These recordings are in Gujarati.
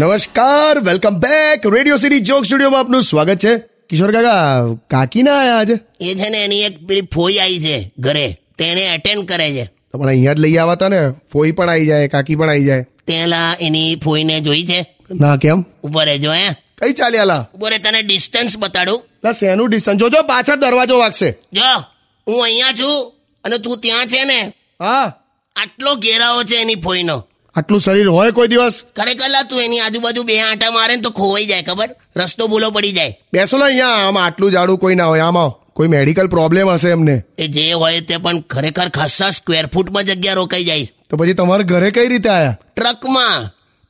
નમસ્કાર welcome back radio city joke સ્ટુડિયોમાં આપનું સ્વાગત છે કિશોર કાકા કાકી ના આયા આજે એ છે ને એની એક પેલી ફોઈ આવી છે ઘરે તેને અટેન્ડ કરે છે તો પણ અહીંયા જ લઈ આવતા ને ફોઈ પણ આવી જાય કાકી પણ આવી જાય તેલા એની ફોઈને જોઈ છે ના કેમ ઉભો રહેજો હે કઈ ચાલ્યા લા ઉભો રહે તને ડિસ્ટન્સ બતાડું લા શેનું ડિસ્ટન્સ જોજો પાછળ દરવાજો વાગશે જો હું અહીંયા છું અને તું ત્યાં છે ને હા આટલો ઘેરાવો છે એની ફોઈનો આટલું શરીર હોય કોઈ દિવસ ખરેખર લા તું એની આજુબાજુ બે આંટા મારે ને તો ખોવાઈ જાય ખબર રસ્તો ભૂલો પડી જાય બેસો ને અહીંયા આમ આટલું જાડું કોઈ ના હોય આમાં કોઈ મેડિકલ પ્રોબ્લેમ હશે એમને એ જે હોય તે પણ ખરેખર ખાસા સ્ક્વેર ફૂટમાં જગ્યા રોકાઈ જાય તો પછી તમારા ઘરે કઈ રીતે આયા ટ્રકમાં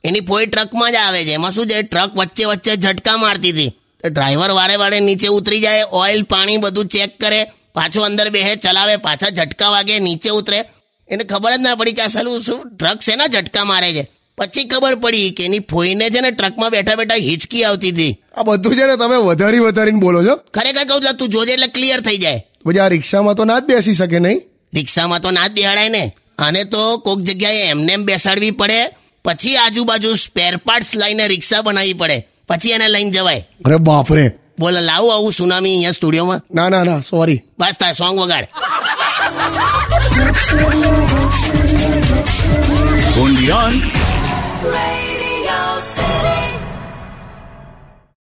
એની ફોઈ ટ્રકમાં જ આવે છે એમાં શું છે ટ્રક વચ્ચે વચ્ચે ઝટકા મારતી હતી તો ડ્રાઈવર વારે વારે નીચે ઉતરી જાય ઓઇલ પાણી બધું ચેક કરે પાછો અંદર બેહે ચલાવે પાછા ઝટકા વાગે નીચે ઉતરે એને ખબર જ ના પડી કે આ સાલું શું ટ્રક શેના ઝટકા મારે છે પછી ખબર પડી કે એની ફોઈને છે ને ટ્રકમાં બેઠા બેઠા હિચકી આવતી હતી આ બધું છે ને તમે વધારી વધારીને બોલો છો ખરેખર કહું છું, તું જોજે એટલે ક્લિયર થઈ જાય પછી આ રિક્ષામાં તો ના જ બેસી શકે નહીં રિક્ષામાં તો ના જ બેહાડાય ને આને તો કોક જગ્યાએ એમને એમ બેસાડવી પડે પછી આજુબાજુ સ્પેર પાર્ટ્સ લઈને રિક્ષા બનાવવી પડે પછી એને લઈને જવાય અરે બાપરે બોલો લાવું આવું સુનામી અહીંયા સ્ટુડિયોમાં ના ના ના સોરી બસ તાર સોંગ વગાડ only on Radio